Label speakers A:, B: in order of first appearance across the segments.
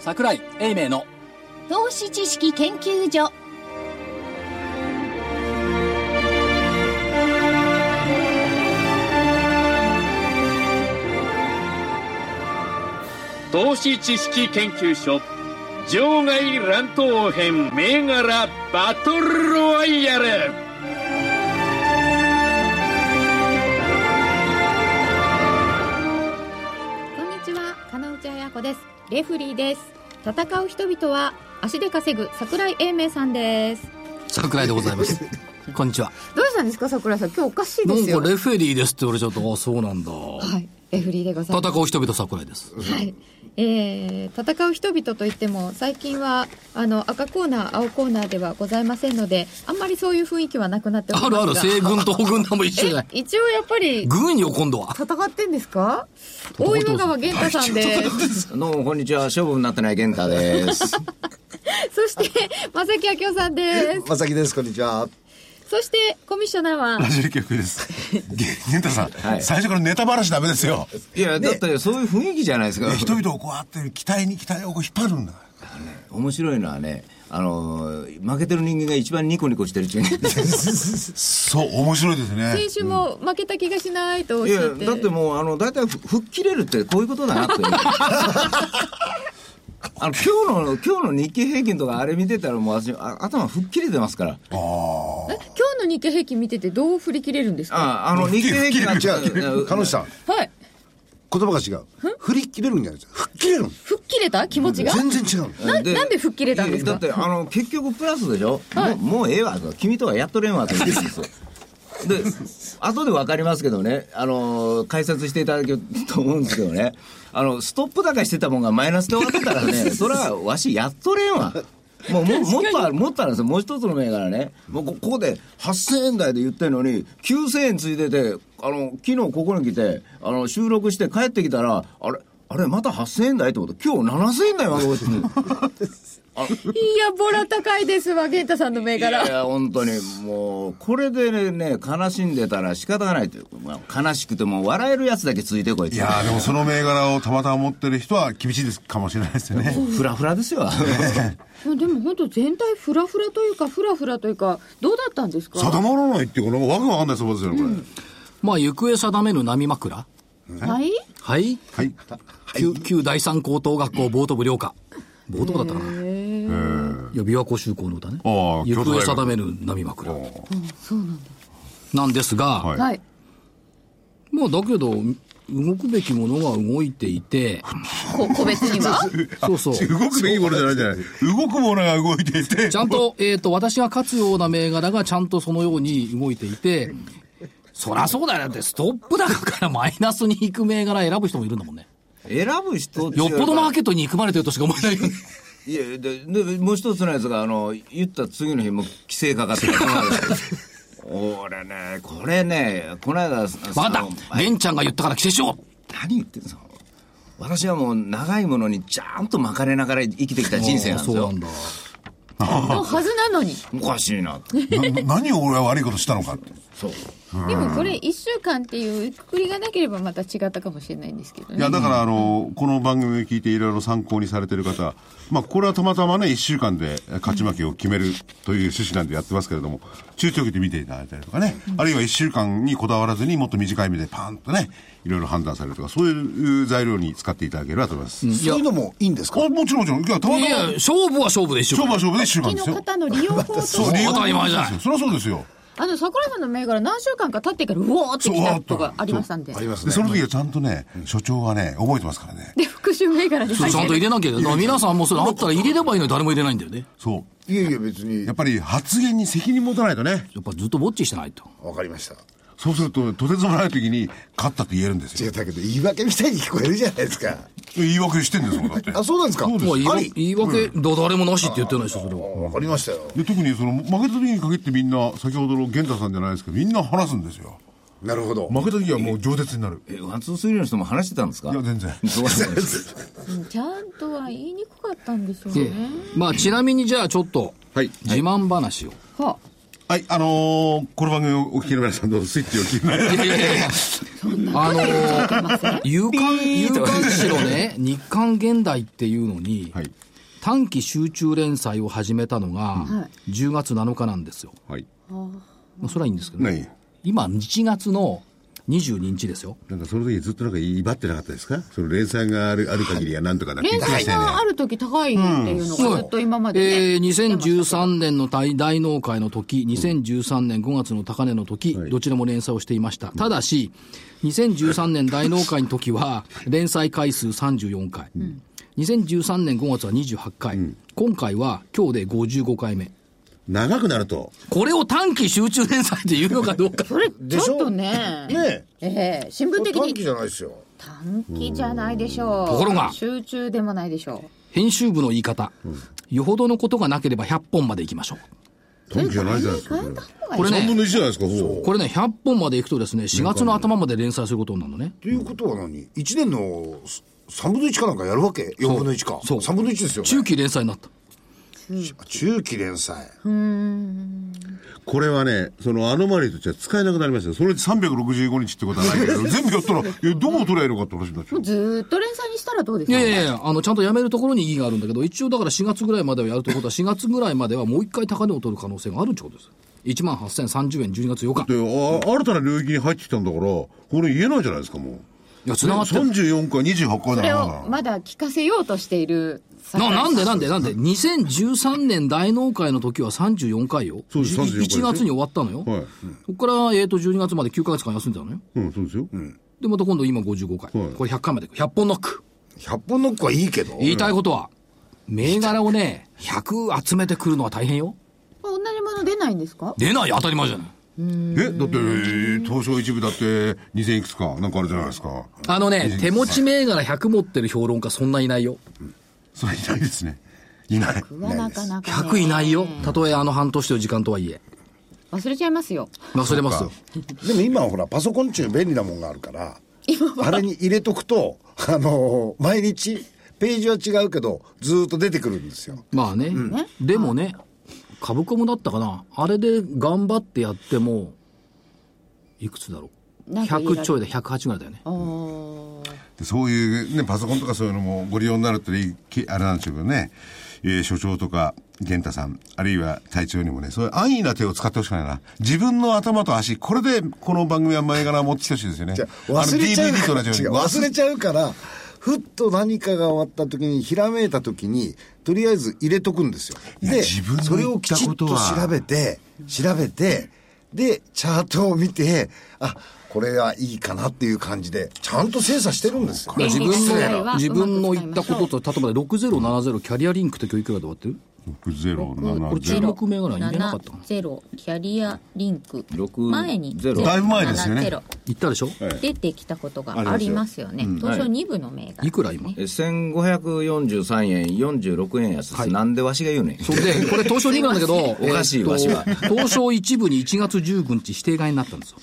A: 桜井英明の
B: 投資知識研究所
C: 投資知識研究所場外乱闘編銘柄バトルロワイヤル
D: こんにちは金内彩子ですレフリーです戦う人々は足で稼ぐ桜井英明さんです
A: 桜井でございます こんにちは
D: どうしたんですか桜井さん今日おかしい
A: な
D: で
A: ん
D: すよ
A: かレフェリーですって言われちゃうとあそうなんだ
D: はいレフリーでございます
A: 戦う人々桜井です
D: はいえー、戦う人々といっても最近はあの赤コーナー青コーナーではございませんのであんまりそういう雰囲気はなくなっておりま
A: あ
D: すが
A: るある西軍と北軍とも一緒じゃない
D: え一応やっぱり
A: 軍よ今度は
D: 戦ってんですか大岩川源太さんです
E: どうもこんにちは勝負になってない玄太 です。
D: そして正木明夫さんです
E: まさきですこんにちは。
D: そしてコミッショナーは
F: ラジオ局 です。げ玄太さん、
E: はい
F: 最初からネタバラシダメですよ。
E: いやだってそういう雰囲気じゃないですか。
F: 人々をこうあって期待に期待をこう引っ張るんだ。
E: 面白いのはねあのー負けてる人間が一番ニコニコしてる中年
F: そう、面白いですね
D: 先。週も負けた気がしないとおっ
E: い
D: し
E: や
D: ゃって、
E: だってもうあの大体ふ吹っ切れるってこういうことだな っていうあの今日の今日の日経平均とかあれ見てたらもう私あ頭吹っ切れてますから
D: え今日の日経平均見ててどう振り切れるんですか
E: ああの日経平均
G: 違う、彼女さん、
D: はい
G: 言葉が違う。振り切れるんじゃないですか。吹っ切れるんです。
D: 吹っ切れた気持ちが
G: 全然違うんです。
D: ななんで吹っ切れたんですか
E: いやだってあの結局プラスでしょ、もうもうええわと君とはやっとれんわと言ってる んですよで後で分かりますけどねあの解説していただけると思うんですけどねあのストップ高してたもんがマイナスで終わってたら ねそれはわしやっとれんわもうもうもっとあるもっとあるんですよもう一つの銘柄ねもうこここで8000円台で言ってるのに9000円ついててあの昨日ここに来てあの収録して帰ってきたらあれあれまた8000円台ってこと今日7000円台まで落ちてる
D: いやボラ高いですわ源太さんの銘柄
E: いやいや本当にもうこれでね悲しんでたら仕方がないという、まあ悲しくても笑えるやつだけついてこい
F: いやーでもその銘柄をたまたま持ってる人は厳しいですかもしれないですよね。
E: フラフラです よ
D: でも本当全体フラフラというかフラフラというかどうだったんですか
F: 定まらないっていうこのわけわかんないそうですよね、これ。
A: まあ行方定めぬ波枕
D: はい
A: はい
F: はい。
A: 旧旧第三高等学校ボート部寮歌ボート部だったかないや琵琶湖修行の歌ね
F: ああ
A: 行
F: 京都大
A: 方
F: 学
A: 定めぬ波枕そうなんだなんですが、
F: はい
D: はい
A: まあだけど動くべきものが動いていて
D: こ個別には
A: そうそう
F: 動くべきものじゃないじゃない。動くものが動いていて。
A: ちゃんと、えっ、と、私が勝つような銘柄がちゃんとそのように動いていて、そりゃそうだよ。だって、ストップ高からマイナスに行く銘柄選ぶ人もいるんだもんね。
E: 選ぶ人ってい
A: よっ
E: うか
A: ぽどマーケットに憎まれてるとしか思えないよね。
E: いやででもう一つのやつがあの言った次の日もう規制かかってる 俺ねこれねこの間わ
A: わかった。玄ちゃんが言ったから規制しよう。
E: 何言ってんの私はもう長いものにちゃんと巻かれながら生きてきた人生なんです
A: そうな
E: よ
A: んだ。
D: のはずなのに
E: おかしいなって
F: な何を俺は悪いことしたのかって。
E: そう
D: でもこれ1週間っていうくくりがなければまた違ったかもしれないんですけど
F: い
D: ね
F: や、だから、あの、この番組を聞いていろいろ参考にされてる方、まあ、これはたまたまね、一週間でえ勝ち負けを決めるという趣旨なんでやってますけれども、中長期で見ていただいたりとかね、あるいは一週間にこだわらずにもっと短い目でパーンとね、いろいろ判断されるとか、そういう材料に使っていただければと思います。
A: いや
G: そういうのもいいんですか
F: あもちろん、もちろん。いや、たま
A: いや
F: たま、、
A: 勝負は勝負で一緒
F: 勝負は勝負で一週間
D: 木
F: です
D: の
F: よ。
D: 方の利用法として
F: そう、理由は
A: 当たり前じゃない
F: そうそりゃそうですよ。
D: あの桜井さんの銘柄何週間か経ってからうおーってきたとかありましたんで
G: あります
F: で、
G: ね。
F: その時はちゃんとね、所長はね、覚えてますからね。
D: で復習銘柄に
A: そ
D: 入
A: う
D: っ
A: ちゃんと入
D: て
A: れなきゃいけない。だから皆さんもそれあったら入れればいいのに誰も入れないんだよね。
F: そう。
G: いやいや、別に
F: やっ。ぱり発言に責任持たないとね、
A: やっぱずっとぼっちしてないと。
G: わかりました。
F: そうすると、とてつもない時に、勝ったって言えるんですよ
G: 違。う、だけど、言い訳みたいに聞こえるじゃないですか。
F: 言い訳してんですもん、 だって。
G: あ、そうなんですか。
F: そうです
A: まあ、言いわ
G: あり
A: 言い訳、だ誰もなしって言ってないでしょ、それは。
G: わかりましたよ。
F: で特にその負けた時に限ってみんな先ほどの源太さんじゃないですけどみんな話すんですよ
G: なるほど。
F: 負けた時はもう饒舌になる
E: えワンツースリーの人も話してたんですか
F: いや 全然
E: そうです
D: ちゃんとは言いにくかったんでしょう
A: で
D: ね、
A: まあ、ちなみにじゃあちょっと、
F: はい
A: 自慢話を。
D: は
F: はい、あのーこの番組をお聞きの皆さんどうぞスイッチを切りない
A: いやいやいやあのー、有刊、有刊誌のね、日刊現代っていうのに、
F: はい。
A: 短期集中連載を始めたのが、10月7日なんですよ。
F: はい。
A: まあ、それはいいんですけど、
F: ない。
A: 今、1月の22日ですよ。
F: なんかその時ずっとなんか威張ってなかったですかその連載があるある限りはなんとかだって言
H: 連
F: ってま
H: 載
F: したよね
H: があ。る時高いっていうのがずっと今までね、
A: えー、2013年の大大納会の時、2013年5月の高値の時、
F: はい
A: どちらも連載をしていました。ただし、2013年大納会の時は、連載回数34回。2013年5月は28回。今回は今日で55回目。
F: 長くなると。
A: これを短期集中連載って言うのかどうか。
H: それ
G: でし
H: ちょ
G: ょ
H: っとね
G: ね
H: ええ新
G: え
H: 聞的
G: 短期
H: に
G: じゃないですよ
H: 短期じゃないでしょう
A: ところが
H: 集中でもないでしょ
A: 編集部の言い方。よほどのことがなければ100本まで行きましょう。
F: 短期じゃないじゃないですか。それ
H: う
A: これ
F: 3分
A: ね、
F: の1じゃないですか、ほぼ。
A: これね、100本まで行くとですね、4月の頭まで連載することになるのね。
G: ということは何一年の3分の1かなんかやるわけ4分の1か
A: そう
G: 3分の1ですよね
A: 中期連載になった。
G: 中期連載
F: これはね、そのアノマリーとしては使えなくなりましたよそれで365日ってことはないけど、全部やったら、いやどこを取ればいいのかって話になっちゃう。
H: ずーっと連載にしたらどうです
A: い
H: か
A: やいやいや、あの、ちゃんとやめるところに意義があるんだけど、一応だから4月ぐらいまではやるということは、4月ぐらいまではもう一回高値を取る可能性があるってことです。1万8030円、12月8日。
F: であ新たな領域に入ってきたんだから、これ言えないじゃないですか、もう。
A: いや、繋がってる。
F: 34回、28回
H: そ
F: だ
H: れ
F: な
H: を。まだ聞かせようとしている
A: な、なんでなんでなんで ?2013 年大納会の時は34回よ。
F: そうです34回です
A: 1月に終わったのよ。
F: はい。
A: そこから、えっ、と、12月まで9ヶ月間休んでたのよ。
F: うん、そうですよ。
A: で、また今度今55回。
F: はい
A: これ100回まで行く。100本ノック。
G: 100本ノックはいいけど
A: 言いたいことは、銘柄をね、100集めてくるのは大変よ。
H: 同じもの出ないんですか
A: 出ない当たり前じゃない。
F: え、だって、東証一部だって2000いくつか、なんかあるじゃないですか。
A: あのね、手持ち銘柄100持ってる評論家そんないないよ。
F: それいないですね。いない。
H: はなかなか、ね、
A: 100いないよ。たとえあの半年という時間とはいえ。
H: 忘れちゃいますよ
A: 忘れますよ。
G: でも今はほらパソコン中便利なもんがあるからあれに入れとくとあのー毎日ページは違うけどずーっと出てくるんですよ
A: まあね。でもね、株コムだったかな。あれで頑張ってやっても、いくつだろう。
H: なんかいろいろ
A: 100ちょいで108ぐらいだよね。
H: おー
F: でそういうね、パソコンとかそういうのもご利用になるっていいきあれなんでしょうけどね、えー所長とか、玄太さん、あるいは隊長にもね、そういう安易な手を使ってほしくないな。自分の頭と足、これでこの番組は前柄を持ってきてほしいですよね。
G: じゃあ忘れちゃう
F: あの DVD と
G: か
F: 同
G: ら
F: じ
G: 違
F: よ
G: う
F: うに。
G: 忘れちゃうからふっと何かが終わった時にひらめいた時にとりあえず入れとくんですよ
F: いや
G: で
F: 自分の
G: それをきちっと
F: 言ったことは
G: 調べて調べてでチャートを見てあこれはいいかなっていう感じでちゃんと精査してるんですよ
H: 便
A: 自
H: 利
A: 分
H: な
A: の
H: 場合は、
A: 自分の
H: うまく使
A: 言
H: いま
A: った
H: しょう
A: ことと、例えば6070キャリアリンクって今日いくらで終わってるこれ注
F: 6070。
A: 目銘柄入れなかったかな。
H: ゼロキャリアリンク
E: 六
H: 前に
E: ゼロ
F: だいぶ前ですよね
H: ゼロ
A: 言ったでしょ
H: 出てきたことがありますよね東証2部の銘柄ですね
A: いくら今
E: え1543円46円安です、
A: はい
E: なんでわしが言うねん
A: それで、これ東証2部なんだけど、
E: おかしいわしは
A: えっと東証一部に1月19日指定外になったんですよ。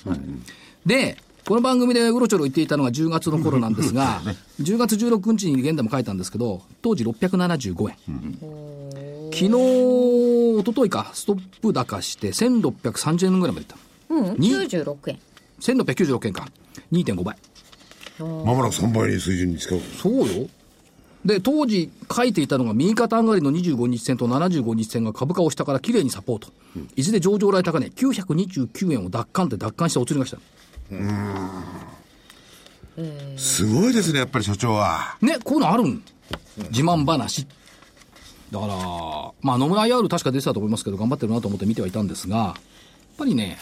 A: で、この番組でうろちょろ言っていたのが10月の頃なんですが、10月16日 に現代も書いたんですけど、当時675円。昨日、一昨日か、ストップ高して1630円ぐらいまでいった。
H: うん96円
A: 1696円か。2.5倍。
F: まもなく3倍に水準に近く。
A: そうよ。で、当時書いていたのが右肩上がりの25日線と75日線が株価を下から綺麗にサポート。いずれ上場来高値929円を奪還って奪還してお釣りが来た。
F: すごいですね、やっぱり所長は。
A: ね、こういうのあるん。自慢話。だから、まあ野村 IR 確か出てたと思いますけど、頑張ってるなと思って見てはいたんですが、やっぱりね、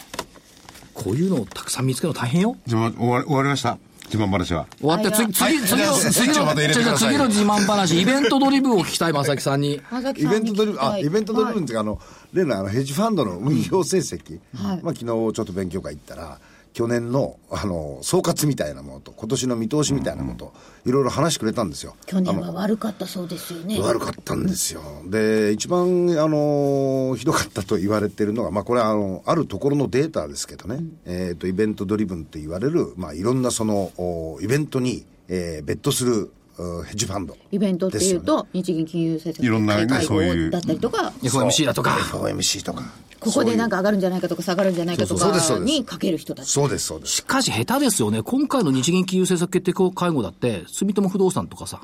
A: こういうのをたくさん見つけるの大変よ。
F: じゃあ、終わり終わりました自慢話は。
A: 終わって、次、次、次の、
F: じゃあスイ
A: 次
F: ッチをま
A: の、
F: た入れてください
A: 次の自慢話、イベントドリブンを聞きたい、正木さんに。
G: イベントドリブン、あ、イベントドリブンっ
H: ン
G: ていうか、あの、例のあの、ヘッジファンドの運用成績。
H: はい
G: まあ、昨日ちょっと勉強会行ったら、去年の、あの、総括みたいなものと、今年の見通しみたいなものと、いろいろ話してくれたんですよ。
H: 去年は悪かったそうですよね
G: 悪かったんですよ。で、一番、あの、ひどかったと言われてるのが、まあ、これは、あの、あるところのデータですけどね、えっと、イベントドリブンと言われる、まあ、いろんなその、おイベントに、えー、ベットする、おうんヘッジファンド
H: イベントっていうと、日銀金融政策
F: いろんなね
H: 会合
F: そういう
H: だったりとか、
A: FOMC だとか
G: FOMC とか
H: ここでなんか上がるんじゃないかとか下がるんじゃないかと
G: そうそうそうですそ
H: か
G: うです
H: にかける人たち。
G: そうですそうです
A: しかし下手ですよね。今回の日銀金融政策決定会合だって、住友不動産とかさ、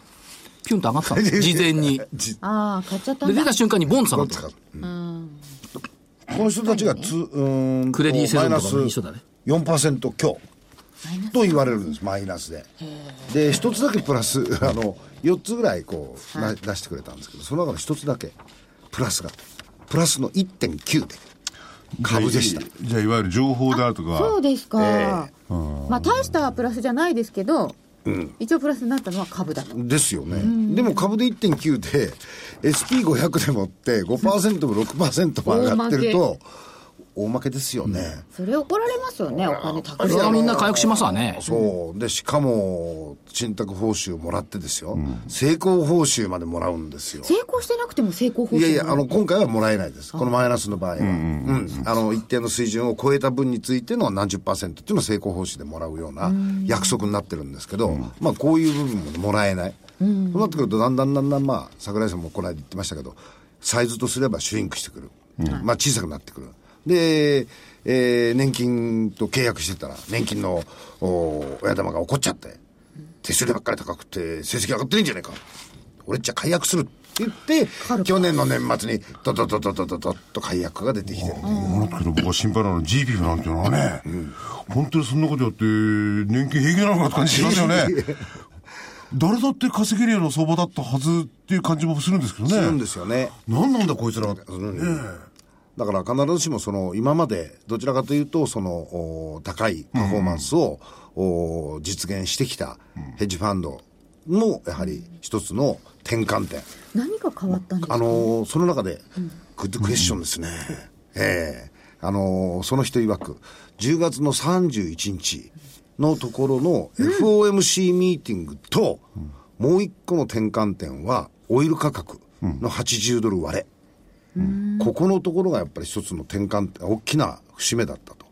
A: ピュンと上がった の。事前に。で、
H: ああ、買っちゃったん
A: 出
H: だ
A: た。瞬間にボンと下がった
G: こ。の人たちがつ、うーんと
A: クレディセブンとかも
G: マイナス
A: 一緒だね
G: 4%強と言われるんですマイナスでで一つだけプラス あの4つぐらいこうな出してくれたんですけどその中の一つだけプラスがプラスの1.9で株でした
F: じゃあじゃあいわゆる情報であるとか
H: そうですか。まあ、大したプラスじゃないですけど、一応プラスになったのは株だと。
G: ですよねでも株で1.9で SP500 でもって5%も6%も上がってると大負けですよね、
H: それ怒られますよね、お金たく
A: それ
H: さ
A: は
H: ん。
A: みんな回復しますわね。
G: そうでしかも信託報酬もらってですよ、成功報酬までもらうんですよ
H: 成功してなくても成功報酬
G: いやいやあの今回はもらえないですこのマイナスの場合は、うんあの一定の水準を超えた分についての何十パーセントっていうのを成功報酬でもらうような約束になってるんですけど、まあこういう部分ももらえない、そうなってくるとだんだんだんだんまあ桜井さんもこの間言ってましたけどサイズとすればシュリンクしてくる、まあ小さくなってくるで、えー年金と契約してたら年金のお親玉が怒っちゃって手数料ばっかり高くて成績上がってないんじゃないか俺じゃ解約するって言って去年の年末にドドドドドドドッと解約が出てきてる
F: もらうけど僕は心配なのは GPF なんていうのはね、本当にそんなことやって年金平気なのかって感じしますよ ね誰だって稼げるような相場だったはずっていう感じもするんですけどね
G: するんですよね
F: 何なんだこいつらって
G: だから必ずしもその今までどちらかというとそのお高いパフォーマンスをお実現してきたヘッジファンドもやはり一つの転換点
H: 何が変わったんです
G: あ
H: か
G: のーその中で、グッドクエスチョンですね。ええあのーその人曰く、10月の31日のところの FOMC ミーティングと、もう一個の転換点は、オイル価格の80ドル割れ。ここのところがやっぱり一つの転換点、大きな節目だったと。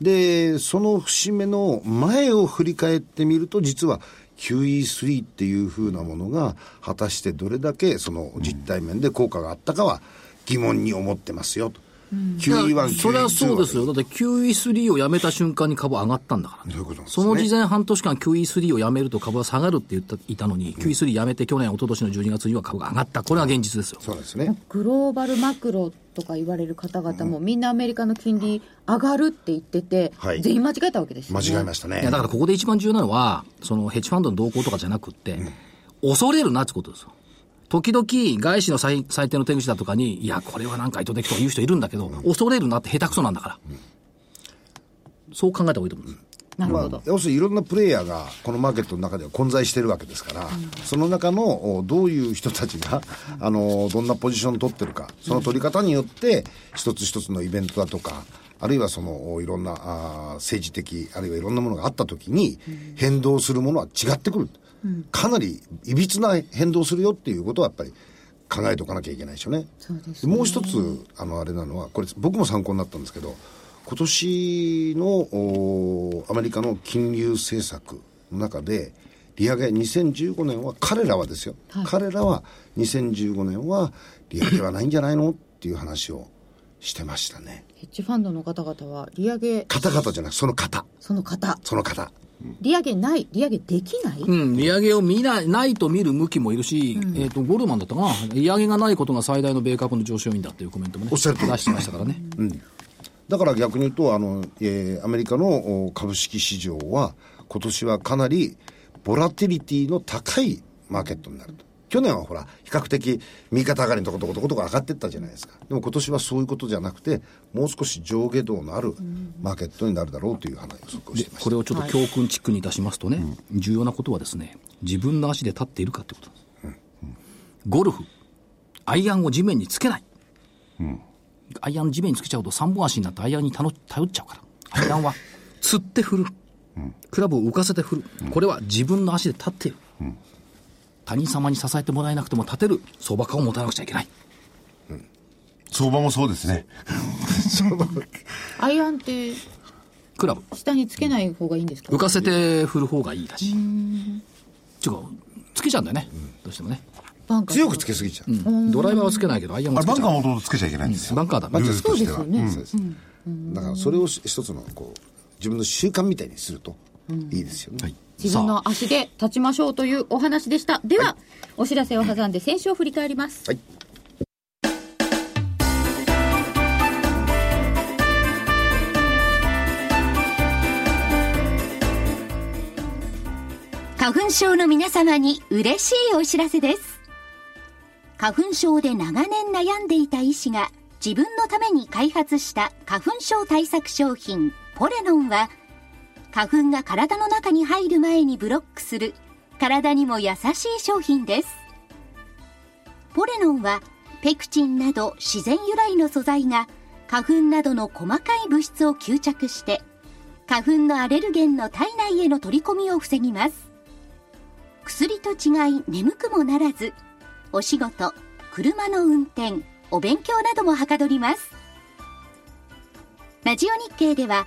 G: で、その節目の前を振り返ってみると、実は QE3 っていうふうなものが、果たしてどれだけその実体面で効果があったかは疑問に思ってますよと。QE1、QE2。
A: それはそうですよ。だって QE3 をやめた瞬間に株上がったんだから、
G: どういうことなんです
A: そ
G: かね
A: の事前半年間 QE3 をやめると株は下がるって言ったいたのに、QE3 やめて去年、一昨年の12月には株が上がった。これが現実ですよ。
G: そうなんですね。
H: グローバルマクロとか言われる方々も、みんなアメリカの金利上がるって言ってて、
G: はい
H: 全員間違えたわけですよ、
G: 間
H: ね。
G: 違えました
A: い
G: ね
A: や、。だからここで一番重要なのは、そのヘッジファンドの動向とかじゃなくって、恐れるなってことですよ。時々、外資の最最低の手口だとかに、いや、これはなんか意図的とか言う人いるんだけど、恐れるなって下手くそなんだから。そう考えた方がいいと思うんです。
H: なるほど。
G: 要するにいろんなプレイヤーがこのマーケットの中では混在してるわけですから、その中のおどういう人たちが、あのどんなポジションを取ってるか、その取り方によって、一つ一つのイベントだとか、あるいはそのおいろんなあー政治的、あるいはいろんなものがあったときに、変動するものは違ってくる、かなりいびつな変動するよっていうことはやっぱり考えておかなきゃいけないでしょうね。
H: そうですね
G: もう一つ、あの、あれなのは、これ、僕も参考になったんですけど、今年の、おーアメリカの金融政策の中で、利上げ、2015年は、彼らはですよ、彼らは、2015年は、利上げはないんじゃないのっていう話をしてましたね。
H: ヘッジファンドの方々は、利上げ、
G: 方々じゃなく、その方、
H: その方、
G: その方。
H: 利上げない、利上げできない、
A: うん、利上げを見ない、ないと見る向きもいるし、えっ、と、ゴルマンだったかな。利上げがないことが最大の米株の上昇要因だっていうコメントもね、
G: おっ
A: 出
G: しゃる通り
A: してましたからね。
G: だから逆に言うと、あの、えーアメリカのお株式市場は、今年はかなり、ボラティリティの高いマーケットになると。去年はほら、比較的、右肩上がりのとことことことが上がってったじゃないですか。でも今年はそういうことじゃなくて、もう少し上下動のあるマーケットになるだろうという話予測をしていまし
A: これをちょっと教訓チックにいたしますとね、重要なことはですね、自分の足で立っているかってことです。ゴルフ、アイアンを地面につけない。アイアン地面につけちゃうと三本足になってアイアンに頼頼っちゃうから。アイアンは釣って振る。クラブを浮かせて振る。これは自分の足で立っている。他人様に支えてもらえなくても立てる相場感を持たなくちゃいけない。
F: 相場もそうですね
H: アイアンって、
A: クラブ、
H: 下につけない方がいいんですか
A: 浮かせて振る方がいいらしい。ちゅうか、つつけちゃうんだよね、どうしてもね
H: バンカー
G: 強くつけすぎちゃう。
A: ドライバーはつけないけどアイアン
F: あ
A: は
F: れ
A: つけ
F: バン
A: ち
F: カー
A: ゃう
F: はもともとつけちゃいけないんですよ。
A: バンカーだ
F: ルール
H: そ
F: と
H: う
F: し
H: で
F: て
H: すよ。
F: は
H: ね、
G: そうですだからそれを一つのこう自分の習慣みたいにするといいですよね、
H: 自分の足で立ちましょうというお話でしたでは、お知らせを挟んで選手を振り返ります、
G: はい
B: 花粉症の皆様に嬉しいお知らせです。花粉症で長年悩んでいた医師が自分のために開発した花粉症対策商品ポレノンは花粉が体の中に入る前にブロックする体にも優しい商品です。ポレノンはペクチンなど自然由来の素材が花粉などの細かい物質を吸着して花粉のアレルゲンの体内への取り込みを防ぎます薬と違い眠くもならずお仕事車の運転お勉強などもはかどりますラジオ日経では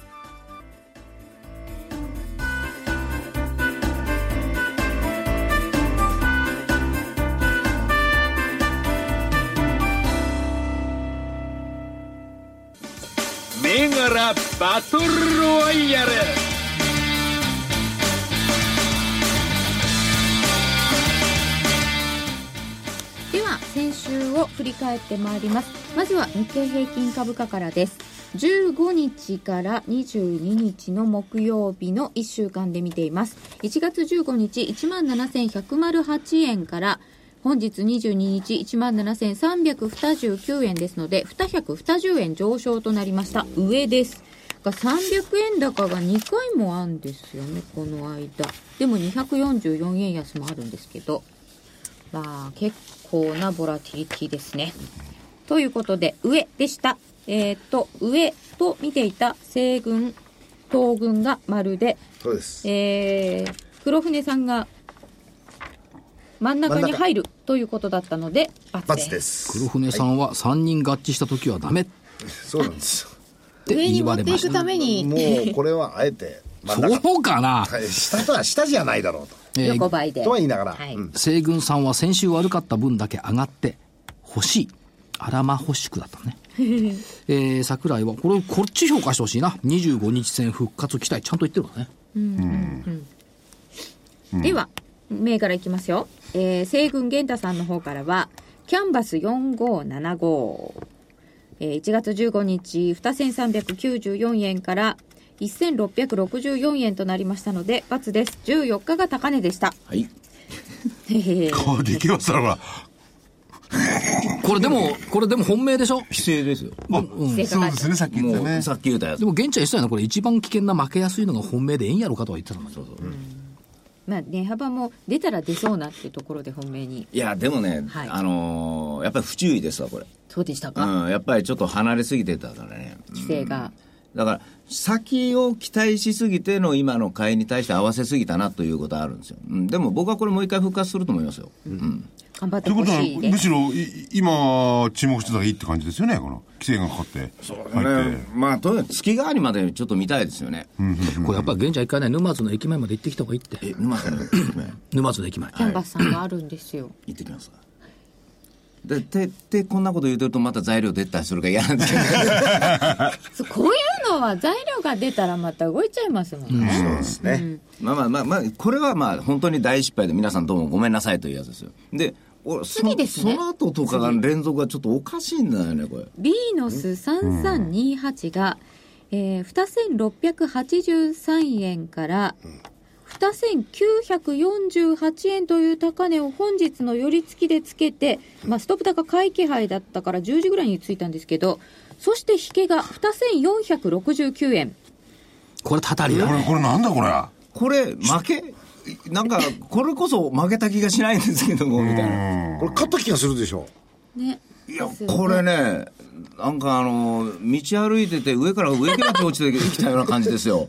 C: 銘柄バトルロワイヤル
D: では先週を振り返ってまいりますまずは日経平均株価からです15日から22日の木曜日の1週間で見ています1月15日17,108円から本日22日17,329円ですので220円上昇となりました上ですが300円高が2回もあるんですよねこの間でも244円安もあるんですけどまあ、結構なボラティリティですね。ということで、上でした。えっ、と、上と見ていた西軍、東軍が丸で、
G: そうです
D: えー、黒船さんが真ん中
G: 真ん
D: に
G: 中
D: 入るということだったので、
G: バ
D: ×です。
G: ツです
A: 黒船さんは3人合致した時はダメって
G: そうなんですよ
H: 上に
A: 言
H: 持
A: わ
H: っ
A: れ
H: て
A: ま
H: い
A: し
H: く
A: た
H: ために
G: もうこれはあえて真ん中
A: そうかな、
G: はい下とは下じゃないだろうと
A: えー
D: 横ばいで。
G: とは言いながら、
D: はい
G: うん
A: 西軍さんは先週悪かった分だけ上がって欲しいあらま欲しくだった ねえー、桜井はこれこっち評価してほしいな25日戦復活期待ちゃんと言ってるからね
D: では、銘柄いきますよ。えー、西軍源太さんの方からは、キャンバス4575。えー1月15日、2394円から1664円となりましたので、×です。14日が高値でした。
E: はい。
D: へへへ
F: こうできましたら、
A: これでもこれでも本命でしょ
E: 規制ですよ。
D: 正
F: そう
D: 解
F: ですね、さっき言
E: も
F: った
E: う、
F: ね。
E: さっき言ったやつ
A: で。も現地は言ってたよなこれ一番危険な負けやすいのが本命でええんやろかとは言ってたんだけど
D: まあ、値幅も出たら出そうなっていうところで本命に。
E: いや、でもね、
D: はい
E: あのーやっぱり不注意ですわ、これ。
D: そうでした
E: う
D: か
E: ん、やっぱりちょっと離れすぎてたからね。
D: 規制が。
E: だから、先を期待しすぎての今の買いに対して合わせすぎたなということはあるんですよ。うん、でも僕はこれもう一回復活すると思いますよ。うん。
D: 頑張っ
F: と
D: て
F: いう
D: ほ
F: ことは、
D: しいで
F: む
D: す。
F: しろ、い今、注目してたらいいって感じですよね、この。規制がかかって。入って。
E: まあ、とにかく月替わりまでちょっと見たいですよね。
A: これやっぱり現地は一回ね沼津の駅前まで行ってきた方がいいって
E: え、沼さん、ね、
A: 沼津の駅前
D: キャンバスさんがあるんですよ。
E: 行ってきますか。で、て、て、こんなこと言うてるとまた材料撤退するから嫌なんですけど。
D: そうこういうのは材料が出たらまた動いちゃいますもんね。
G: そうですね、
E: まあまあまあまあ、これはまあ本当に大失敗で皆さんどうもごめんなさいというやつですよ。で、おそ
D: 次ですね
E: その後とかが連続がちょっとおかしいんだよね、これ。
D: ビーノス3328が、えー、2683円から、2948円という高値を本日の寄り付きでつけて、まあ、ストップ高買い気配だったから10時ぐらいについたんですけど、そして引けが2469円。
A: これたたりだ
F: これ、これなんだこれ。
E: これ、負けなんか、これこそ負けた気がしないんですけども、みたいな。
G: これ勝った気がするでしょ
D: ね。
E: いや、これね、なんかあの、道歩いてて、上から上から落ちてきたような感じですよ。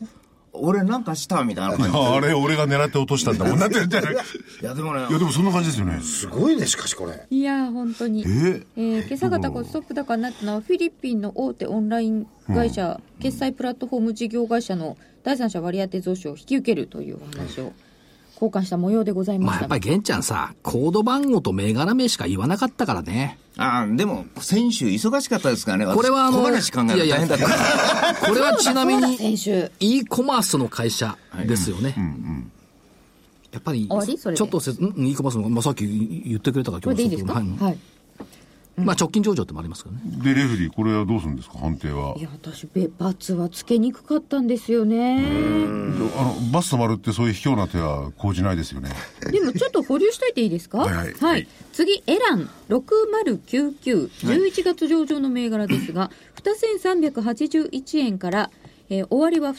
E: 俺なんかしたみたいな 感じ。
F: あれ、俺が狙って落としたんだもん。なんて言ってる。
E: いや、でもね
F: いや、、でもそんな感じですよね。
G: すごいねしかしこれ
D: いやー本当に、え
F: ー
D: ー今朝方コストップ高になったのはフィリピンの大手オンライン会社、決済プラットフォーム事業会社の第三者割当増資を引き受けるというお話を交換した模様でございま
A: まあ
D: し
A: や
D: た
A: っぱり玄ちゃんさ、コード番号と銘柄名しか言わなかったからね。
E: あでも、先週忙しかったですからね。私
A: これはあの
E: 小話考えるの大変だっ た。
A: これはちなみに、
H: 先週
A: e コマースの会社ですよね。やっぱり、ち
D: 終わりそ
A: ょ
D: れで
A: っとせ、んん e コマースの、まあ、さっき言ってくれたから
D: これでいいです
A: ちょっ
D: か
A: とはい
D: はい。
A: まあ直近上場ってもありますけどね。
F: で、レフェリー、これはどうするんですか、判定はい
D: や私べ罰はつけにくかったんですよね
F: あの、バス止まるってそういう卑怯な手は講じないですよね。
D: でもちょっと保留しといていいですか
F: はいはい
D: 次エラン6099 11月上場の銘柄ですが、2381円から、えー終わりは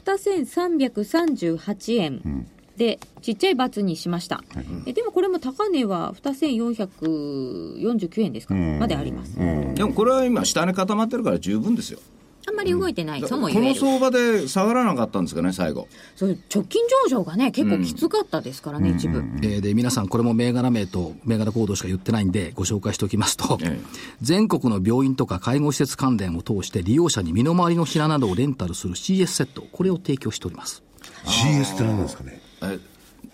D: 2338円、でちっちゃい×にしました、えでもこれも高値は2449円ですか、まであります、
E: でもこれは今、下に固まってるから十分ですよ。
D: あんまり動いてないとも
E: こ
D: 言え
E: の
D: る
E: 相場で下がらなかったんですかね、最後。
D: そういう直近上場がね結構きつかったですからね、一部、
A: えーで、皆さんこれも銘柄名と銘柄コードしか言ってないんで、ご紹介しておきますと、
E: ええ
A: 全国の病院とか介護施設関連を通して利用者に身の回りの品などをレンタルする CS セット、これを提供しております。
F: CS って何なんですかね。
E: え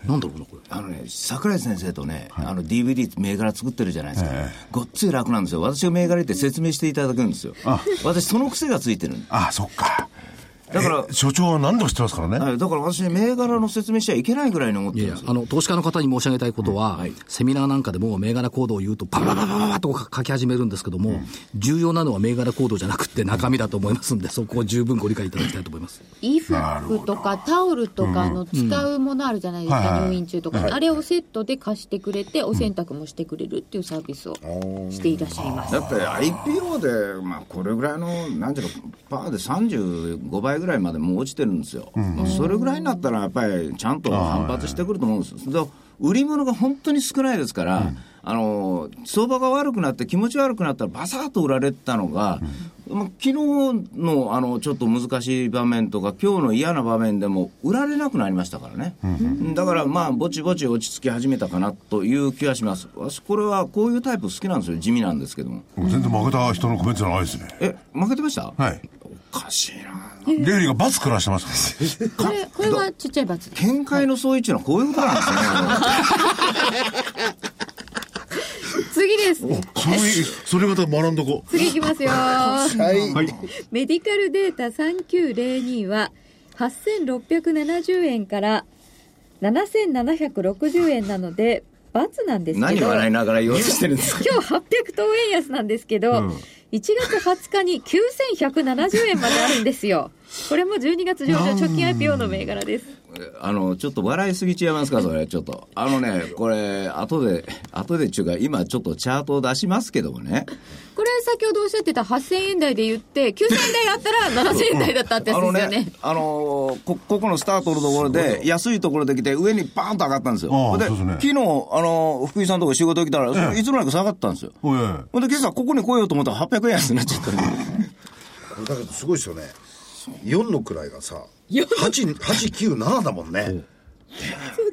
A: なんだろうな、これ。
E: あのね、桜井先生とね、あの DVD 銘柄作ってるじゃないですか、ごっつい楽なんですよ、私が銘柄って説明していただくんですよ、私、その癖がついてるん
F: ああ、そっか。
E: だから
F: え所長は何でも知ってますからね。
E: はいだから私、銘柄の説明しちゃいけないぐらいに思っ
A: い
E: て
A: やい
E: るんで
A: や
E: すよ、
A: あの、投資家の方に申し上げたいことは、セミナーなんかでも銘柄コードを言うと、パパパパパパとこう書き始めるんですけども、重要なのは銘柄コードじゃなくて中身だと思いますんで、そこを十分ご理解いただきたいと思います。
H: 衣服とかタオルとかあの使うものあるじゃないです
F: うんはい
H: か、
F: はい
H: 入院中とかに、あれをセットで貸してくれてお洗濯もしてくれるっていうサービスをしていらっしゃいます、
E: だって IPO で、まあ、これぐらいの、なんていうか、パーで35倍ぐらいまでもう落ちてるんですよ、もうそれぐらいになったら、やっぱりちゃんと反発してくると思うんですよ。で売り物が本当に少ないですから、あの相場が悪くなって、気持ち悪くなったら、ばさっと売られてたのが、まあ昨日のあのちょっと難しい場面とか、今日の嫌な場面でも、売られなくなりましたからね、だからまあ、ぼちぼち落ち着き始めたかなという気がします、私、これはこういうタイプ好きなんですよ、地味なんですけども。
F: もう全然負けた人のコメントじゃないですね。
E: え、負けてました
F: はい。
E: おかしいな。
F: レフェリーがバス食らしてましたからね。
H: これこれはちっちゃい罰です
E: 見解の相違っていうのはこういうことなんですね。
D: 次です
F: それ、それまた学んどこう。
D: 次いきますよ
G: はい
F: はい。
D: メディカルデータ3902は8670円から7760円なので×なんですけど
E: 何笑いながら言おうとしてるんですか
D: 今日800等円安なんですけど、
F: ん
D: 1月20日に9170円まであるんですよこれも12月上場貯金 IPO の銘柄です
E: あの、ちょっと笑いすぎちゃいますか、それ、ちょっと。あのね、これ、後で、後でっていうか、今ちょっとチャートを出しますけどもね。
D: これ先ほどおっしゃってた8000円台で言って9000円台だったら7000円台だったってや
E: あ
D: つ
E: の
D: ですよね
E: ね、あのーこ、ここのスタートのところで、安いところで来て、上にバーンと上がったんですよ。
F: ああ
E: で、
F: そうですね
E: 昨日、あのー福井さんのとこ仕事来たら、それいつの間にか下がったんですよ。
F: おい。
E: ほんで、今朝ここに来ようと思ったら800円安になっちゃったんで。
G: これだけどすごいですよね4の位がさ8897だもんね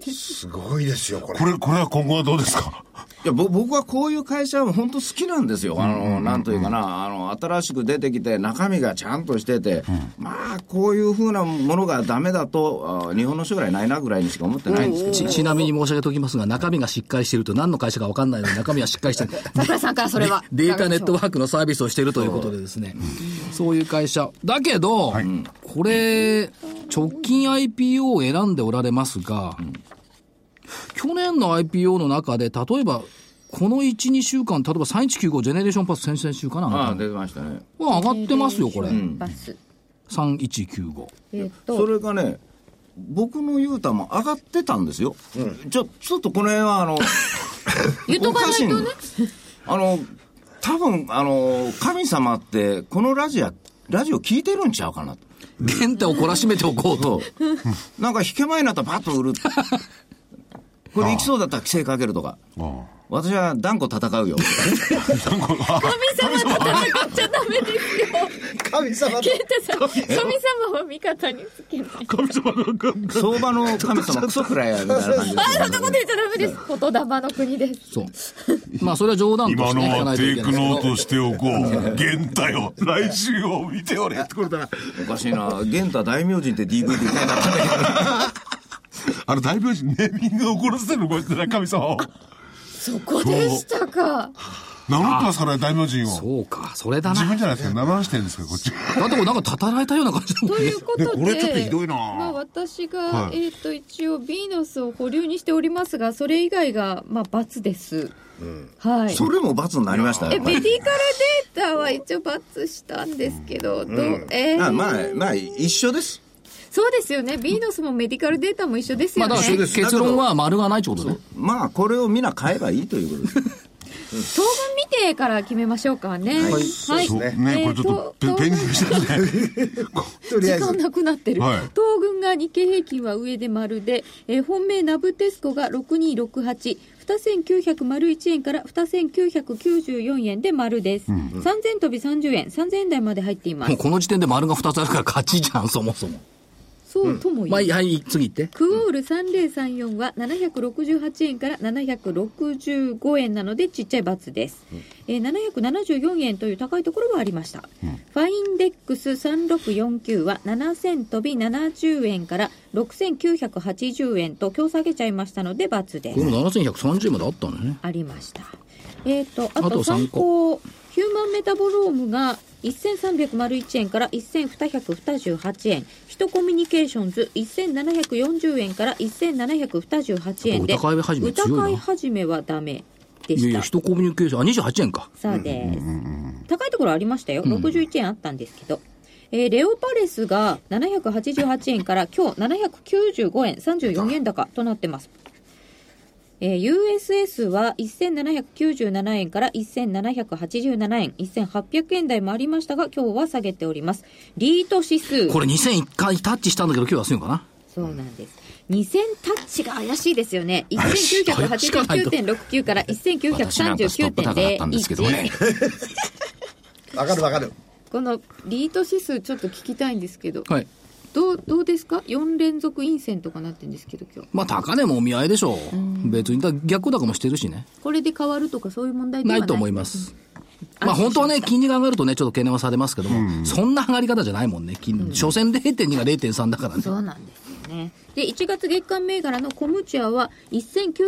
G: すごいですよこれ
F: これ、これは今後はどうですか
E: いやぼ僕はこういう会社は本当好きなんですよ、あのなんというかな、あの新しく出てきて、中身がちゃんとしてて、まあ、こういうふうなものがダメだと、あ日本の将来ないなぐらいにしか思ってないんですけど、
A: ちちなみに申し上げておきますが、中身がしっかりしていると何の会社か分かんないのに中身はしっかりしてる。
H: 桜井さんからそれは
A: データネットワークのサービスをしているということでですね、そういう会社。だけど、これ、直近 IPO を選んでおられますが、去年の IPO の中で、例えば、この1、2週間、例えば3195ジェネレーションパス先々週かな、
E: あ
A: ま
E: あ出てましたね、
A: あ上がってますよ、これ。
D: バス
A: 3195。
D: えっと
E: それがね、僕の言うたも上がってたんですよ、ちょちょっとこの辺はあ の
D: 言っとかないとね
E: おしいんだあの多分あの神様って、このラジオ、ラジオ聞いてるんちゃうかなと。
A: 原点を懲らしめておこうと。
E: そう。なんか引け前になったらパッと売る。これ行きそうだったら規制かけるとか。
F: あ
E: 私は断固戦うよ。
D: 神様と戦っちゃダメですよ。
G: 神様
D: ケンタさん、神様は味方につけない。
E: 相場の神様クソくらいやみたいな感じで
D: あ、そ
E: すよ
D: んなこと言っちゃダメです。言霊の国です。
A: そう。 まあ、それは冗談と
F: 今
A: して
F: の
A: いかな
F: はい
A: とい
F: テ
A: け
F: イ
A: ないですけ
F: ク
A: ど
F: ノートしておこう。現代を、来週を見ておれってことだ。
E: おかしいな。玄太大名人って DVD 買えなかったんだけど。
F: あの、大名人ネーミングを怒らせてるの、こいつら、神様を。
D: そこでしたか。
F: 名乗ってますからね、大名人を。
A: そうか、それだ
F: 自
A: な。
F: 分じゃないですか、名乗らしてるんですから、こっち。
A: だってこれなんかたたられたような感じだも ん
D: とい
A: ね
D: う。ことで、
F: ねこれちょっとひどいな
D: まあ、私が、
F: はい
D: えっ、と、一応、ヴィーナスを保留にしておりますが、それ以外が、まあ、罰です。はい。
E: それも罰になりました
D: え、
E: よ。
D: メディカルデータは一応罰したんですけど、どう、えー
E: あまあ、まあ、一緒です。
D: そうですよね。ヴィーナスもメディカルデータも一緒です
A: ま
D: よ
A: あ、
D: ね。
A: だから
E: です
A: 結論は丸がないってことね。
E: まあ、これを皆買えばいいということです。
D: 当分見てから決めましょうかね。はい。
F: そう
G: ね
F: ね、これちょっとペ
D: えーと
F: ペンギンしたんで。
G: とりあ
D: 時
G: えず
D: 間なくなってる、
F: はい
D: 東軍が日経平均は上で丸で、えー本命ナブテスコが6268 2901円から2994円で丸です、3000飛び30円3000円台まで入っていま
A: も
D: す
A: うこの時点で丸が2つあるから勝ちじゃん、そもそも。
D: そうとも言う、
A: まあ、はい、次行って。
D: クオール3034は768円から765円なのでちっちゃい×です、えー、774円という高いところはありました、ファインデックス3649は7000飛び70円から6980円と今日下げちゃいましたので×です、
A: これも7130まであったんだね。
D: ありましたえっ、とあ
A: あ
D: と
A: と
D: 参
A: 参
D: 考ヒューマンメタボロームが1301円から1228円ヒトコミュニケーションズ1740円から1728円で
A: やっぱ歌会始め強いな
D: 歌会始めはダメで
A: いやい
D: し
A: や、
D: た
A: 人コミュニケーション、あ、28円か。
D: そうです、高いところありましたよ61円あったんですけど、えーレオパレスが788円から今日795円34円高となってますえー USS は1797円から1787円、1800円台もありましたが、今日は下げております。リート指数。
A: これ2001回タッチしたんだけど、今日安いのかな。
D: そうなんです。2000タッチが怪しいですよね。
A: しかないと
D: 1989.69から
E: 私なんかストップ高だったんですけどね
D: 1939.01。。
G: わかるわかる
D: このリート指数ちょっと聞きたいんですけど、
A: はい。
D: どうどうですか4連続陰線とかなってるんですけど今日
A: まあ、高値もお見合いでしょう。別に、だ逆高もしてるしね。
D: これで変わるとかそういう問題で
A: な
D: はな
A: い
D: い
A: と思いますす。まあ本当はね、金利が上がるとね、ちょっと懸念はされますけども、そんな上がり方じゃないもんね、金利。所詮0.2が0.3だからね。
D: そうなんですよねで1月月間銘柄のコムチュアは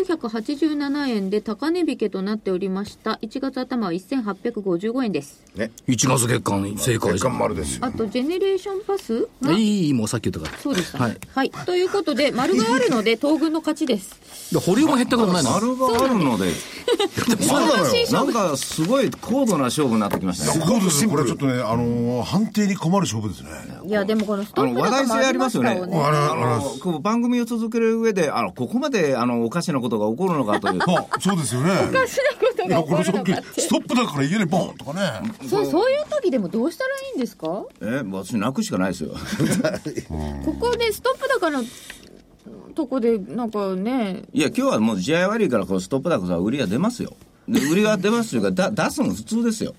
D: 1987円で高値引けとなっておりました1月頭は1855円です
G: ね
A: 1月月間正解
G: 月
A: じゃ
G: 間
A: ん。
G: 丸ですよ
D: あとジェネレーションパスが
A: いい、いい、もうさっき言ったから。
D: そうでした
A: は
D: はいい、。ということで丸があるので東軍の勝ちです
A: で、保留も減ったことないな。
E: 丸があるので。
G: そうなのよ
E: なんか、すごい高度な勝負になってきましたね。
F: そうですねこれちょっとね、あのー、判定に困る勝負ですね。
D: いやでもこのス
E: あ
D: トッ
E: の
D: プ高
E: 話題
D: も
E: 性
D: あ
E: あ
D: り
E: り
D: ま
E: ますす
D: か
E: よ
D: ら
E: ね。
D: ね
E: あのこう番組を続ける上で、あのここまであのおかしなことが起こるのかと いう。
F: あ、そうですよね。
D: こと
F: いや、
D: が起
F: こ
D: こ
F: れ
D: る
F: さっ
D: の
F: き
D: かっ、て
F: ストップだから家でボンとかね。
H: そうそういう時でもどうしたらいいんですか
E: え、私泣くしかないですよ。
D: ここでストップ高のとこでなんかね
E: いや、今日はもう試合悪いから、こうストップだから売りが出ますよ。で、売りが出ますというか、だ出すの普通ですよ。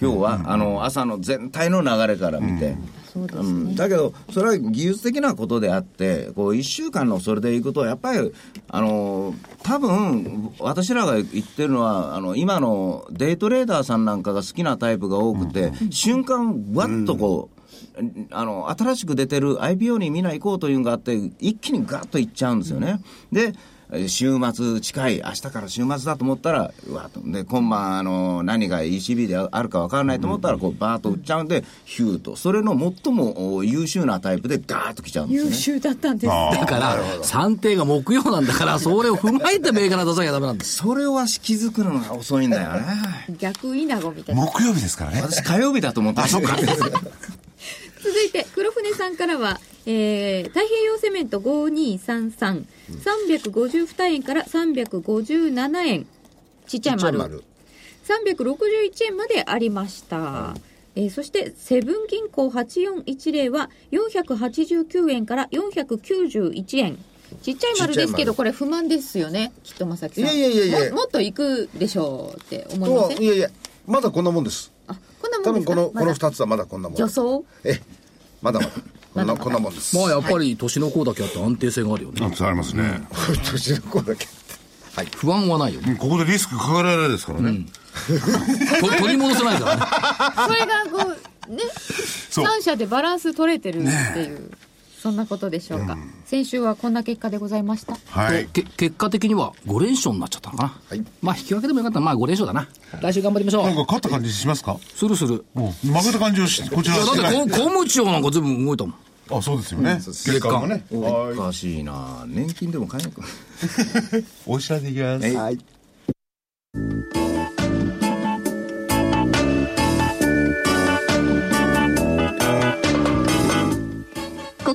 E: 今日は、あの朝の全体の流れから見て。うん、だけど、それは技術的なことであって、こう1週間のそれでいくと、やっぱり、あの多分私らが言ってるのは、あの今のデイトレーダーさんなんかが好きなタイプが多くて、瞬間、わっとこう、あの、新しく出てる IPO にみんな行こうというのがあって、一気にガッと行っちゃうんですよね。でえ週末近い、明日から週末だと思ったら、うわっとで今晩あの、何が ECB であるか分からないと思ったら、こうバーッと売っちゃうんで、ヒューと、それの最もお優秀なタイプで、ガーッと来ちゃうんですよ
D: 優
E: ね。
D: 秀だったんです
A: だから、算定が木曜なんだから、 それを踏まえて銘柄出さなきゃダメなんです。
E: それは気づくのが遅いん だよね。
D: 逆イナゴみたいな
F: 木曜日ですからね。
E: 私火曜日だと思ったあ、そ っか。
D: 続いて黒船さんからは、えー、太平洋セメント5233352円から357円ちっちゃい丸
G: 丸
D: 361円までありました、えーそしてセブン銀行8410は489円から491円ちっちゃい丸ですけど、
I: ちっちゃい丸
D: これ不満ですよね。きっとまさきさん。
I: いやいやいやいや
D: ももっと行くでしょうって思い
I: と
D: ま
I: は
D: せん
I: いやいやまだこんなもんです
D: あ、こんなも
I: 多分
D: んですか
I: このこの
D: まだ
I: 2つはまだこんなもん
D: 女装
I: ええまだまだこんなこんなもんです
A: まあやっぱり年の子だけあって安定性があるよね。
F: なんつありますね。
I: 年の子だけ
A: 不安はないよね。
F: うんここでリスクかからないですからね。
A: と取り戻せないからね。
H: それがこうね
F: そう
H: 三者でバランス取れてるっていう、
D: そんなことでしょうか、先週はこんな結果でございました。
F: はい。
A: け結果的には5連勝になっちゃったのかな、
I: はい
A: まあ引き分けでもよかったらまあ5連勝だな、来週頑張りましょ
F: なんか
A: う
F: 勝った感じしますか
A: するする
F: もう負けた感じをし、こちら
A: い
F: は
A: やだ
F: し
A: ってて
F: な
A: こ。
F: い
A: 公務庁なんか全部動いたもん
F: あ、そうですよね。月間もね。
E: おかしいな年金でも買えんか
F: お知らせいきます。
E: はい
B: こ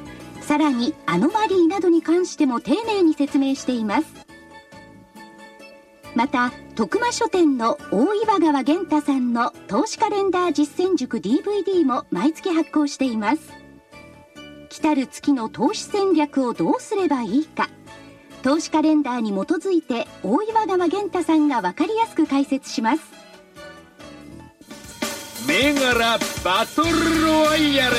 B: さらにアノマリーなどに関しても丁寧に説明していますまた徳間書店の大岩川源太さんの投資カレンダー実践塾 DVD も毎月発行しています来たる月の投資戦略をどうすればいいか投資カレンダーに基づいて大岩川源太さんが分かりやすく解説します
C: 銘柄バトルロワイヤル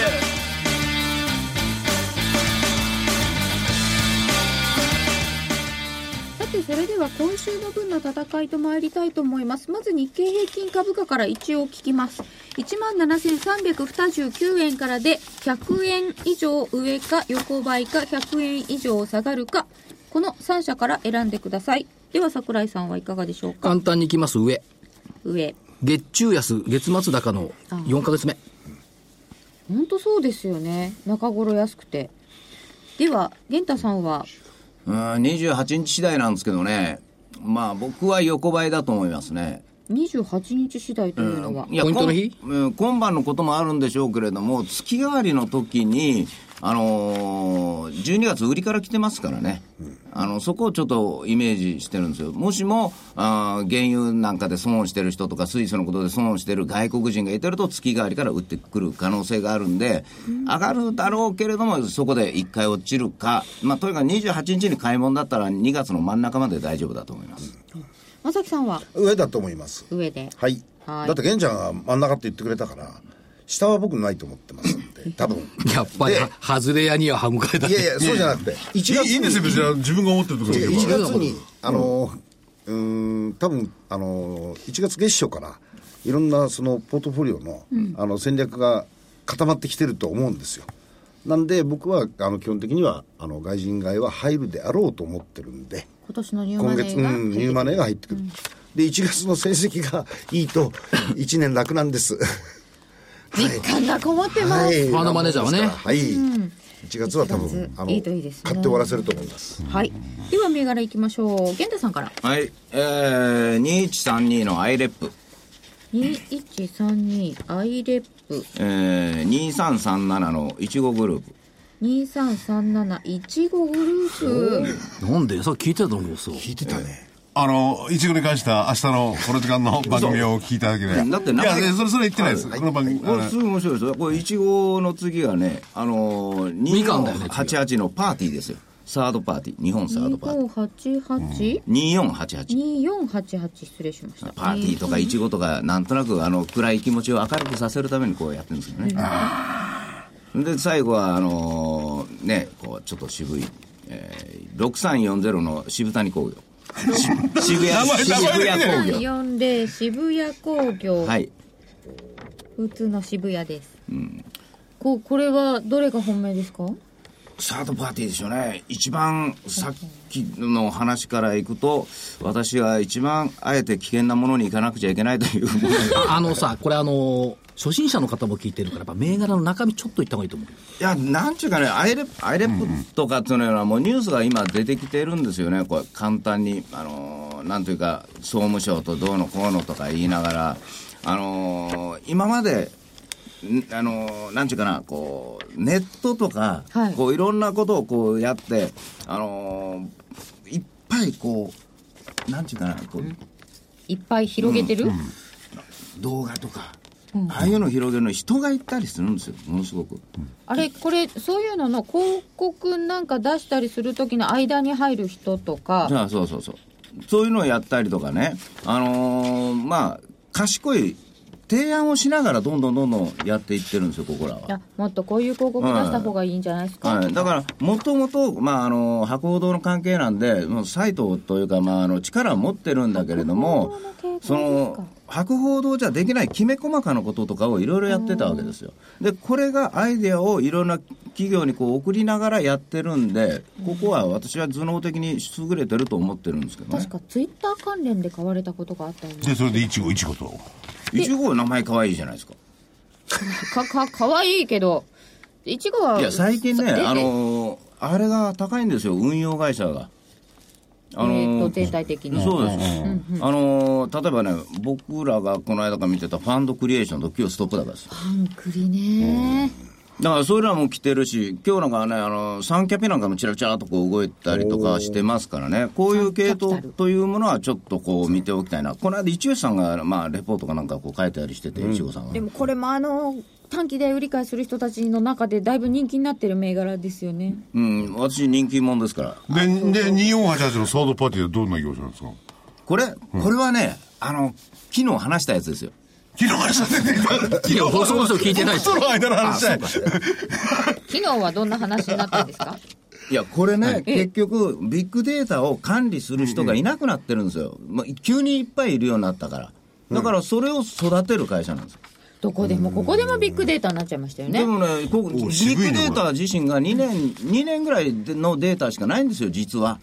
D: さてそれでは今週の分の戦いと参りたいと思いますまず日経平均株価から一応聞きます17,329円からで100円以上上か横ばいか100円以上下がるかこの3社から選んでくださいでは桜井さんはいかがでしょうか
A: 簡単にいきます上
D: 上
A: 月中安月末高の4ヶ月目
D: 本当そうですよね中頃安くてでは源太さんは
E: うん28日次第なんですけどねまあ僕は横ばいだと思いますね
D: 28日次第というのは、
E: いや
A: ポイントの日
E: こんうん今晩のこともあるんでしょうけれども月替わりの時にあのー12月売りから来てますからね、あのそこをちょっとイメージしてるんですよもしもあー原油なんかで損をしてる人とか水素のことで損をしてる外国人がいてると月替わりから売ってくる可能性があるんで、上がるだろうけれどもそこで一回落ちるか、まあ、とにかく28日に買い物だったら2月の真ん中まで大丈夫だと思います、
D: まさきさんは
I: 上だと思います
D: 上で
I: はい
D: はい
I: だって玄ちゃんが真ん中って言ってくれたから下は僕ないと思ってますんで 多分
A: やっぱり
I: で
A: は外れ屋には歯向かいだ
I: いやいやそうじゃなくて1月
F: いいいいんですよ、別に自分が思ってるところ
I: 違
F: で
I: う
F: 言えば。
I: 1月に、あのーうーん多分あのー1月月初からいろんなそのポートフォリオの,、あの戦略が固まってきてると思うんですよなんで僕はあの基本的にはあの外人買いは入るであろうと思ってるんで
D: 今年のニュー
I: 今
D: マネ
I: 月
D: ー
I: う
D: が
I: んニューマネーが入ってくる、で1月の成績がいいと1年楽なんです
H: 実感がこもってます、
I: はい
A: ファンドマネージャーはね
I: はい、1月は多分あの
D: いいといいですね
I: 買って終わらせると思います
D: はい。では銘柄いきましょう。源太さんから。
E: はい、えー、2132のアイレップ
D: 2132アイレップ
E: えー、2337のいちごグループ
D: 2337いちごグループ。
A: なんでさっき聞いてたと思うそう
I: 聞いてたね
F: あの、いちごに関しては明日のこの時間の番組を聞いただけで。
E: だって
F: い
E: 中
F: や、
E: 井
F: ねそれ、それ言ってないです。この番組。
E: これすごい面白いですよこれいちごの次がねあのー、
A: みかんだよね
E: 2488のパーティーですよサードパーティー日本サードパーティー
D: 2588
E: 2488
D: 2488失礼しました。
E: パーティーとかいちごとかなんとなくあの暗い気持ちを明るくさせるためにこうやってるんですよねで最後はあのーねこうちょっと渋い、えー、6340の渋谷工 業渋谷渋谷工業
D: 340渋谷工業、
E: はい
D: 普通の渋谷です。ここれはどれが本命ですか？
E: サードパーティーでしょうね一番さっきの話からいくと私は一番あえて危険なものに行かなくちゃいけないというもの
A: あのさこれあの初心者の方も聞いてるからやっぱ銘柄の中身ちょっといった方がいいと思う
E: いやなんちゅうかねアイレアイレップとかっていうのはもうニュースが今出てきてるんですよねこれ簡単にあのーのなんというか総務省とどうのこうのとか言いながらあのー今までんあのーなんちゅうかなこうネットとか、
D: はい
E: い、こういろんなことをこうやってあのーいっぱいこうなんちゅうかなこう、
D: いっぱい広げてる、
E: 動画とか、ああいうの広げるのに人が行ったりするんですよものすごく。
D: あれこれそういうのの広告なんか出したりする時の間に入る人とか
E: あそうそうそうそういうのをやったりとかねあのーまあ賢い提案をしながらどんどんどんどんやっていってるんですよここら
D: いや
E: は。
D: もっとこういう広告出した方がいいんじゃないですか、
E: はい、だから、もともと、まあ、あの、博報堂の関係なんで、もうサイトというか、まあ、あの、力を持ってるんだけれども
D: 博報堂の、提供
E: そ
D: ですか
E: の、博報堂じゃできないきめ細かなこととかをいろいろやってたわけですよ。で、これがアイデアをいろんな企業にこう送りながらやってるんで、ここは私は頭脳的に優れてると思ってるんですけどね
D: 確。かツイッター関連で買われたことがあったよ
F: で
D: ね
F: それでいちごいちごと
E: いちご名前可愛いじゃないですか。
D: かかかわいいけどいちごはい
E: や、最近ね、
D: さえ
E: あのーあれが高いんですよ、運用会社が。あのー
D: えーっと全体的に
E: そうです、あのー例えばね、僕らがこの間か見てたファンドクリエーションと今日ストップ高です。
D: パンクリね
E: だからそれらも来てるし、今日なんかはね、あの、サンキャピなんかもちらちらっとこう動いたりとかしてますからね、こういう系統というものはちょっとこう見ておきたいな。この間、一吉さんが、まあ、レポートかなんかこう書いてたりしてて、一ごさんが。
D: でもこれもあの短期で売り買いする人たちの中でだいぶ人気になってる銘柄ですよね
E: うん、私人気者ですから。
F: でで2488のソードパーティーはどんな業者なんですか
E: これ、これはね、あの、昨日話したやつですよ。
F: 昨日話したね
A: いや、放送の人聞いてないし。
F: その間の話だよ
D: 昨日はどんな話になったんです か
E: いや、これね、結局、ビッグデータを管理する人がいなくなってるんですよ。まあ、急にいっぱいいるようになったから。だから、それを育てる会社なんですよ。
D: どこでもここでもビッグデータになっちゃいましたよね
E: でもね、こビ
F: お
E: ッ
F: 渋い
E: グ
F: ね
E: データ自身が2年、2年ぐらいのデータしかないんですよ、実は。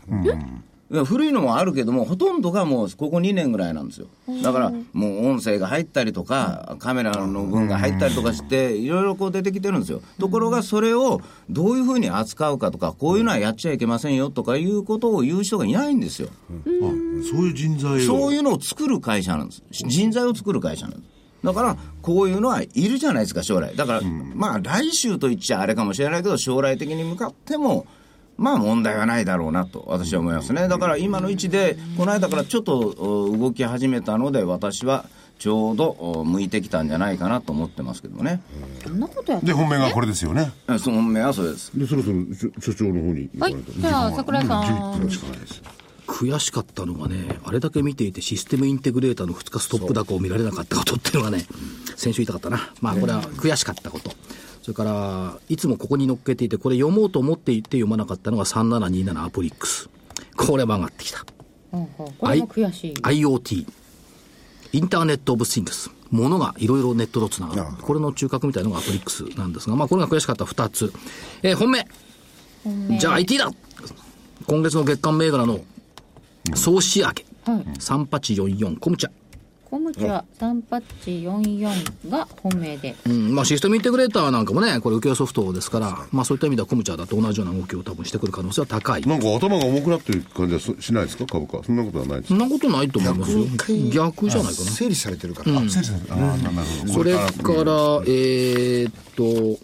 E: いや古いのもあるけども、ほとんどがもうここ2年ぐらいなんですよ。だから、もう音声が入ったりとか、カメラの分が入ったりとかして、いろいろこう出てきてるんですよ。ところが、それをどういうふうに扱うかとか、こういうのはやっちゃいけませんよとかいうことを言う人がいないんですよ。
F: あそういう人材を
E: そういうのを作る会社なんです。人材を作る会社なんです。だから、こういうのはいるじゃないですか、将来。だから、まあ、来週と言っちゃあれかもしれないけど、将来的に向かっても、まあ、問題はないだろうなと、私は思いますね。だから、今の位置で、この間からちょっとお動き始めたので、私は、ちょうどお向いてきたんじゃないかなと思ってますけどもね。
D: どんなことやっ
F: で本命がこれですよね
E: その本命はそうです。
F: でそろそろ所長の方に
D: はいじゃあ桜井さん
F: しかないです
A: 悔しかったのがね、あれだけ見ていてシステムインテグレーターの2日ストップ高を見られなかったことっていうのがね、先週言いたかったな。まあこれは悔しかったこと。それから、いつもここに乗っけていて、これ読もうと思っていて読まなかったのが3727アプリックス。これは上がってきた。
D: うんうんこれも悔しい
A: IoT。インターネット・オブ・シングス。ものがいろいろネットとつながる。これの中核みたいなのがアプリックスなんですが、まあこれが悔しかった2つ。えー本命。じゃあ IT だ今月の月間銘柄の総仕上げ。
D: はい
A: 3844コムチャ。
D: コムチは3844が本命で
A: うん、まあシステムインテグレーターなんかもね、これ請負ソフトですから、まあそういった意味ではコムチャだと同じような動きを多分してくる可能性は高い。
F: なんか頭が重くなってる感じはそしないですか株価そんなことはないです
A: そんなことないと思いますよ。逆じゃないかな。
I: 整理されてるから、
F: 先生ああなるほど
A: それから、えーっと、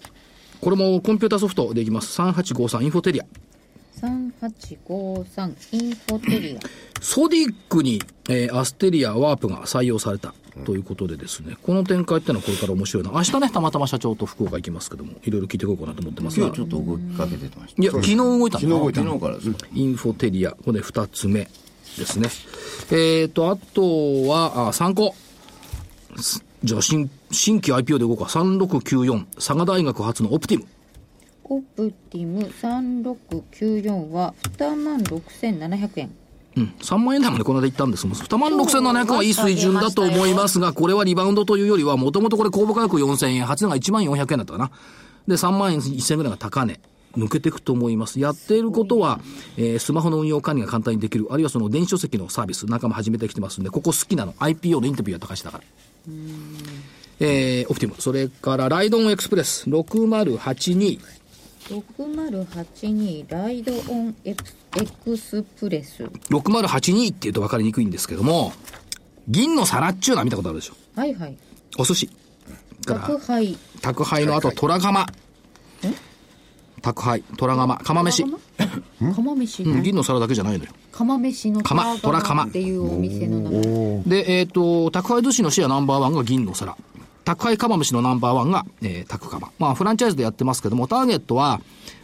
A: これもコンピュータソフトでいきます。3853インフォテリア。
D: 3853インフォテリア
A: ソディックに、えーアステリア、ワープが採用されたということでですね、この展開ってのはこれから面白いな。明日ね、たまたま社長と福岡行きますけども、いろいろ聞いていこうかなと思ってます
E: 今
A: が
E: 日。ちょっと動きかけてました。
A: いや、昨日動いたんだ
E: 昨日からです。
A: インフォテリア、これ2つ目ですね。えーと、あとは、あ参考。すじゃあ、新、新規 IPO で動こうか。3694、佐賀大学発のオプティム。
D: オプティム3694は2万6700円
A: うん、3万円台までこの間行ったんですもん。2万6700はいい水準だと思いますが、これはリバウンドというよりは、もともとこれ公募価格4000円、8のが1万400円だったかな。で、3万円1000円ぐらいが高値。抜けていくと思います。やっていることは、えースマホの運用管理が簡単にできる。あるいはその電子書籍のサービスなんかも始めてきてますんで、ここ好きなの。IPO のインタビューやった会社だから。えー、オプティム。それから、ライドオンエクスプレス。6082。
D: 6082ライドオンエプスエクスプレス。
A: 6082って言うと分かりにくいんですけども、銀の皿っちゅうのは見たことあるでしょ。
D: はいはい。
A: お寿司。
D: 宅配。
A: 宅配の後、虎釜。宅配、虎釜、釜飯。
D: 釜飯。
A: うん、銀の皿だけじゃないのよ。
J: 釜飯の
A: 釜
J: トラガマっていうお店の名前
A: で、えっ、と、宅配寿司のシェアナンバーワンが銀の皿。宅配釜飯のナンバーワンが、えー、宅釜。まあ、フランチャイズでやってますけども、ターゲットは、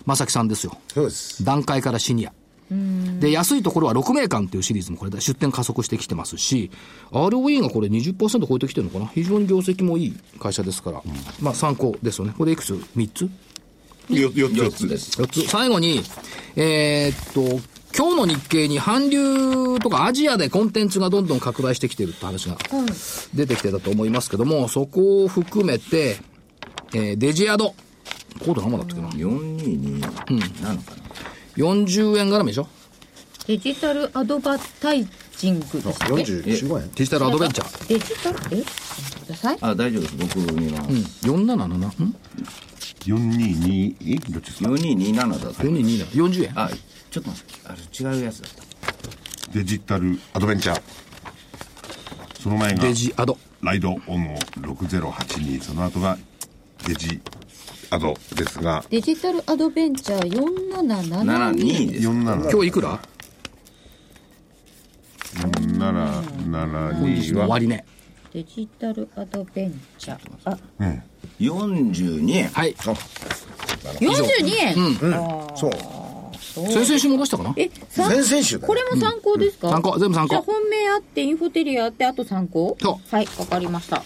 A: 正木さんですよ。
G: そうです。
A: 段階からシニア。で、安いところは6名間っていうシリーズもこれで出店加速してきてますし、ROE がこれ20%超えてきてるのかな非常に業績もいい会社ですから、まあ参考ですよね。これいくつ ?3 つ
F: よよ
E: 4
F: 四
E: つ
F: つ
E: です。
A: ?4 つ。最後に、えーっと、今日の日経に韓流とかアジアでコンテンツがどんどん拡大してきてるって話が出てきてたと思いますけども、そこを含めて、えーデジアド。コード何番だったっけな
E: 4227なのかな、
A: ?40 円絡みでしょ
D: デジタルアドバタイジングですね。
G: 45円
A: デジタルアドベンチャー。
D: デジタル、えちょっとください。
E: あ大丈夫です僕見ます、
A: 477? ん
F: 422えどっちですか
E: 4227だと、
A: 4227 40円
E: あちょっと待ってあれ違うやつだった
F: デジタルアドベンチャーその前が
A: デジアド
F: ライドオンの6082その後がデジアドですが
D: デジタルアドベンチャー4772。
E: 72です
F: 47
A: 今日いくら
F: 772
A: 終わ
F: は
A: りね
D: デジタルアドベンチャー。あ、
E: 42円
A: はい
D: 42円、
G: そう。
A: 先々週も出したかな
D: え、さ
G: 先々週だよ
D: これも参考ですか、
A: 参考全部参
D: じゃあ
A: 考
D: 本命あってインフォテリアあってあと参考
A: そう
D: はい、わかりました。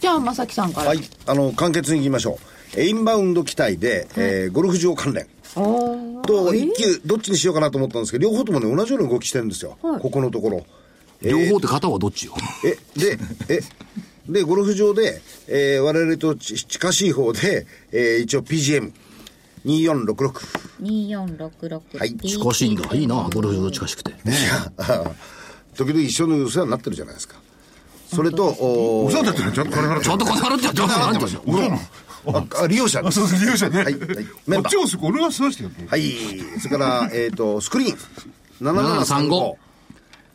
J: じゃあ正木さんから、
G: はい、あの簡潔にいきましょう、えインバウンド期待で、えーゴルフ場関連と一級、どっちにしようかなと思ったんですけど、両方ともね、同じような動きしてるんですよ、ここのところ。
A: 両方って片方はどっちよ
G: えでえでゴルフ場で、えー我々とち近しい方で、えー一応 PGM2466
D: 2466。
G: はい
A: 近しいんだいいなゴルフ場近しくて
G: 時々一緒のお世話になってるじゃないですかそれと、お
F: お世話になってるちゃんと金払って
A: ちゃんと金払ってやってますよあんた
F: お世話なの
G: ああ利用者
F: あ
G: です
F: そうそう利用者ね
G: はいはいメ
F: こ
G: ンバ
F: っち
G: ー
F: をす俺は座してよ
G: はいそれから、えー、とスクリーン7735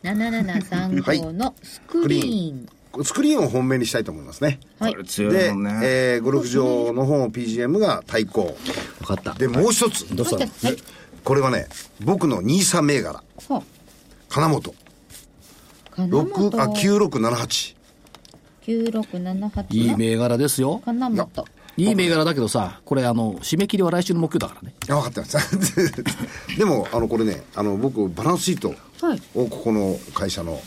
D: 7735のスクリーン。
G: スクリーンを本命にしたいと思いますね
D: はい。
E: 強い
G: で
E: もんね、
G: えーゴルフ場の方の PGM が対抗
A: 分かった
G: でもう一つ、
A: どうしたの
D: はい。
G: これはね僕の NISA 銘柄
D: ほ
G: 金本
D: う。金
G: 六
D: 本
G: あ9678
D: 9678。
A: いい銘柄ですよ
D: 金本。
A: いい銘柄だけどさこれあの締め切りは来週の木曜だからね
G: あ分かってます でもあのこれねあの僕バランスシート
D: はい
G: をここの会社の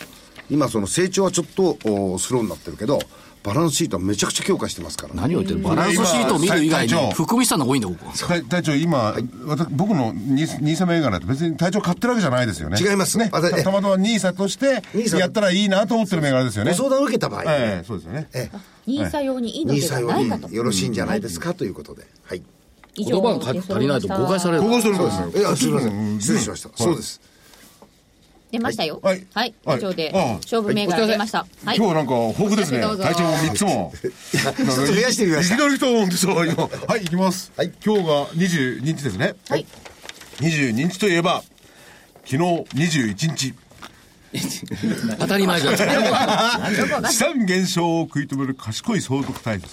G: 今その成長はちょっとおスローになってるけどバランスシートはめちゃくちゃ強化してますからね
A: 何を言ってるバランスシートを見る以外
F: 今
A: に含みしたのが多いんだここ
F: 隊隊長今、私僕のニーニーサ銘柄って別に隊長買ってるわけじゃないですよね
G: 違います
F: ねた
G: あだええ
F: たまたまニーサとして
G: ニーサ
F: やったらいいなと思ってる銘柄ですよね
G: ご相談を受けた場合、
F: ええそうですよね
G: え
D: 認査用にいいの
G: ニー
D: では
G: サ
D: ないかと
G: よ。りよろしいんじゃないですかということで、はい。
D: 以上
A: 言葉が足りないと誤解される
F: ここするんですよ
G: え、あ、すみません、失礼しました。そうです。
D: 出ましたよ。は
F: はいい。
D: はい。
F: はい
D: 以上で
F: ああ、
D: 勝負銘柄出ました。はい。
F: 今日なんか豊富ですね
D: どうぞ
F: 隊長も3つも
G: ちょっと増やしてみました
F: いき。なり来たもんですよ今はい行きます、
G: はい
F: 今日が22日ですね
D: はい。
F: 22日といえば昨日21日
A: 当たり前じゃん
F: 資産減少を食い止める賢い相続対策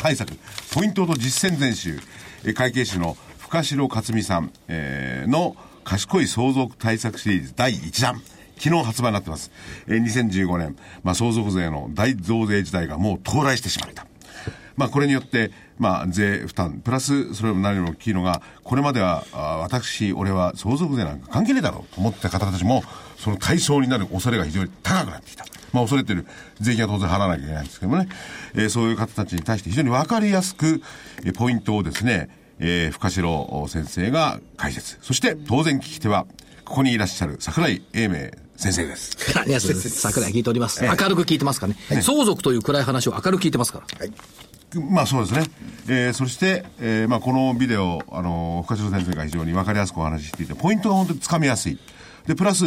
F: 対策ポイントと実践全集えー会計士の深城克美さん、えーの賢い相続対策シリーズ第1弾昨日発売になってます、えー2015年、まあ、相続税の大増税時代がもう到来してしまったまあ、これによって、まあ、税負担、プラス、それも何よりも大きいのが、これまでは、あ私、俺は相続税なんか関係ねえだろうと思ってた方たちも、その対象になる恐れが非常に高くなってきた。まあ、恐れてる税金は当然払わなきゃいけないんですけどもね、えーそういう方たちに対して非常にわかりやすく、えーポイントをですね、えー深城先生が解説。そして、当然聞き手は、ここにいらっしゃる桜井英明先生です。
A: 何やそれ桜井聞いております明るく聞いてますからね相続という暗い話を明るく聞いてますから
F: まあそうですね、えーそして、えーまあ、このビデオ、あのー深城先生が非常に分かりやすくお話ししていて、ポイントが本当につかみやすい、でプラス、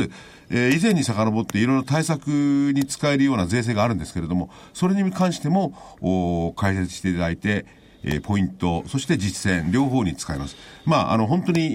F: えー以前に遡って、いろいろ対策に使えるような税制があるんですけれども、それに関してもおー解説していただいて、えーポイント、そして実践、両方に使います。まあ、あの、本当に、え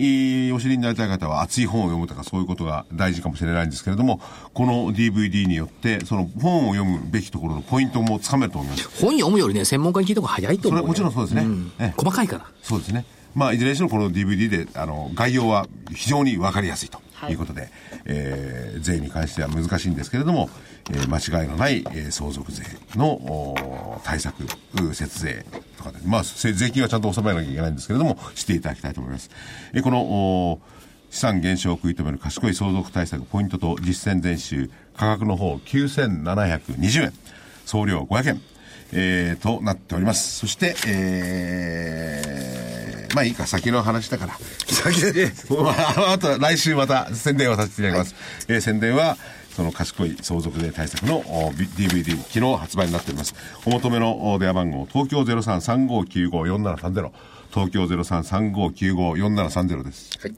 F: ーお知りになりたい方は熱い本を読むとかそういうことが大事かもしれないんですけれども、この DVD によって、その本を読むべきところのポイントもつかめると思います。
A: 本読むよりね、専門家に聞いた方が早いと
F: そ
A: 思
F: れ
A: う
F: は
A: よ。
F: もちろんそうですね。ええ
A: 細かいから。
F: そうですね。まあ、いずれにしろこの DVD で、あの、概要は非常にわかりやすいということで、えー税に関しては難しいんですけれども、えー間違いのない、えー相続税のおー対策、う節税とかで、まあ、せ税金はちゃんと納めなきゃいけないんですけれども、していただきたいと思います。えーこの、おー資産減少を食い止める賢い相続対策ポイントと実践全集価格の方9720円送料500円、えーとなっておりますそしてえーまあいいか先の話だから
G: 先で
F: ま あ、あと来週また宣伝をさせていただきます。えー宣伝は、その賢い相続税対策のお B- DVD、昨日発売になっております。お求めのお電話番号、東京0335954730、東京0335954730です。
D: はい。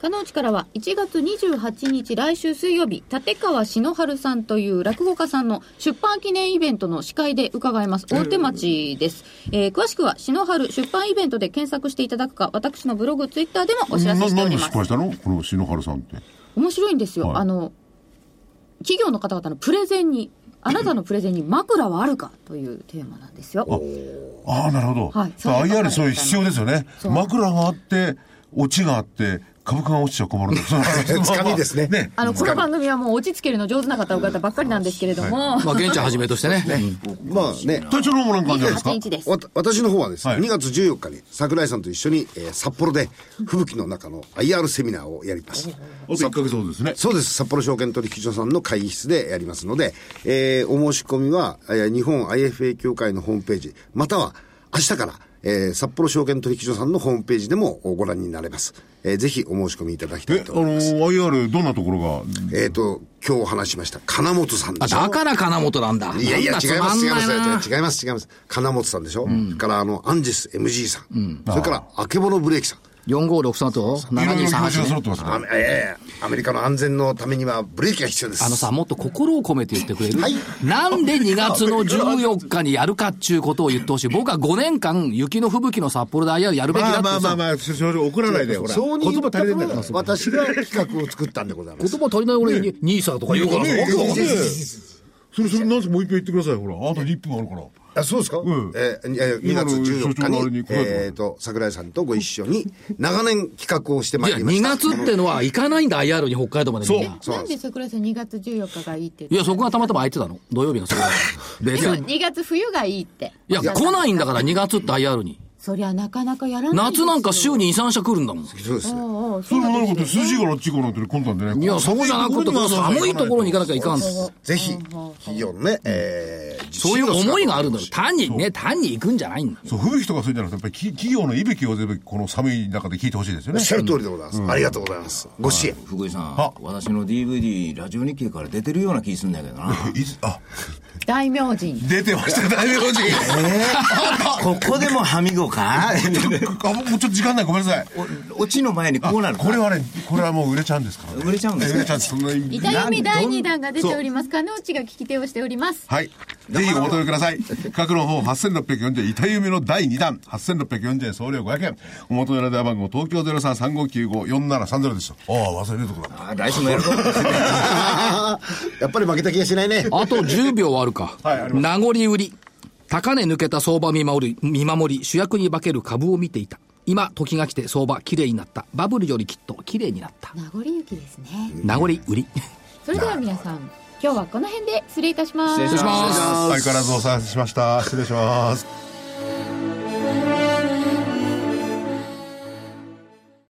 D: かのうちからは1月28日来週水曜日、立川篠春さんという落語家さんの出版記念イベントの司会で伺います。大手町です。えー詳しくは篠春出版イベントで検索していただくか、私のブログ、ツイッターでもお知らせしており
F: 何
D: ま
F: 失
D: す
F: 敗。したのこの篠原さんって。
D: 面白いんですよ。
F: はい
D: あの、企業の方々のプレゼンに、あなたのプレゼンに枕はあるかというテーマなんですよ。
F: ああ、なるほど。
D: はい
F: だから
D: そういう考え
F: IR そういう必要ですよね。
D: そう
F: 枕があって、オチがあって、株価が落ちちゃ困るんだ
G: つかみですね
F: ね。
D: あの、この番組はもう落ち着けるの上手な方々ばっかりなんですけれども、
A: まあ、玄ちゃんはじめとしてね。うん
G: まあね、
F: 体調の方もなんかあるんじゃない
D: 28日
F: ですか
D: です。
G: わた私の方はですね、
F: はい
G: 2月14日に桜井さんと一緒に、えー札幌で吹雪の中の IR セミナーをやります。
F: あと1ヶ月ほどですね。
G: そうです。札幌証券取引所さんの会議室でやりますので、えーお申し込みは、えー日本 IFA 協会のホームページ、または明日から、えー札幌証券取引所さんのホームページでもご覧になれます。えーぜひお申し込みいただきた
F: え、
G: い
F: あ
G: と
F: の
G: 思います。
F: ー、IR どんなところが、
G: えっ、と、今日お話ししました、金本さんで
A: あ
G: しょ
A: だから金本なんだ。
G: いやいや、
A: なんだ
G: 違います、違いま
A: つ
G: す、
A: まんないな
G: 違います、違います。金本さんでしょ、それから、あの、アンジェス MG さん。それから、あけぼのブレーキさん。
A: 4563と
F: いろいろな話が
A: 7238
F: 揃
A: ね
F: ってますね。
G: あええアメリカの安全のためにはブレーキが必要です。
A: あのさ、もっと心を込めて言ってくれる、
G: はい
A: なんで2月の14日にやるかっちゅうことを言ってほしい。僕は5年間、雪の吹雪の札幌で IR やるべきだってさ、
F: まあ、少々怒らないで、ほ
G: そうに言ったから私が企画を作ったんでございま
A: 言
G: す。
A: 葉足りない俺に、ニーサとか言うからさ、わけわかんない
F: それ、それ、なんすもう一回言ってください、ほら。あと1分あるから。
G: あそうですか、
F: ん
G: えーいやいや2
F: 今
G: 月
F: の
G: 14日
F: 所長のあれ
G: に
F: に、答えてもらう
G: えっ、と、桜井さんとご一緒に、長年企画をしてま
A: い
G: い
A: や、
G: りまし
A: 2
G: た。
A: 月ってのは行かないんだ、IR に北海道までみんな。
G: そう
H: なんで桜井さん2月14日がいいって
A: い
H: 言っ
A: や、そこがたまたま空いてたの。土曜日のそこだから。別
H: て
A: に。
H: 2月冬がいいって
A: いや、来ないんだから、2月って IR に。
H: そりゃなかなかやらないです
A: 夏
H: よ
A: なんか週に2、3社来るんだもん。い
G: そうですね。
H: おうおう
F: そ
H: そ
F: れ
H: う
F: も
H: なん
F: な
H: で
F: る
H: す
F: こと、筋からあっち行かなってね、今度はね。
A: や、そこじゃなくて、この寒いところに行かなきゃいかんです。
G: ぜひ、企業のね、えー、
A: そういう思いがあるんだろう。
G: 実施を
A: 単にね、単に行くんじゃないんだ。
F: そう、吹雪とかそういうんじゃなくて、やっぱりき企業の息吹を全部この寒い中で聞いてほしいですよ
G: おっ
F: ね。
G: しゃる通りでございます。ありがとうございます。ご 支援。
E: 福井さん私の DVD ラジオ日経から出てるような気すんだけどな
F: いつあ、
H: 大名人
F: 出てました、大名人。
E: ここでもはみごか
F: あ、もうもうちょっと時間ない、ごめんなさい。
E: おオチの前にこうなる
F: これはね、これはもう売れちゃうんですからね。
E: 売れちゃうんです
F: え
E: ね
F: 売れちゃうんです。そんなに
H: 痛読み
E: なん
H: 第2弾が出ておりますかのうちが聞き手をしております
F: はい。ぜひお求めください。各の方8640円、板夢の第2弾、8640円、送料500円。お求めの電話番号、東京0335954730でした。ああ、忘れるとこだった。
E: あ来週もやるぞ
G: やっぱり負けた気がしないね。
A: あと10秒はあるか。
F: はいあります
A: 名残売り。高値抜けた相場見守り、見守り、主役に化ける株を見ていた。今、時が来て相場、綺麗になった。バブルよりきっと綺麗になった。
H: 名残雪ですね
A: 名残売り。
H: それでは皆さん今日はこの辺で失礼いたします
E: 失礼します
F: 相変わらずお騒がせしました。失礼します。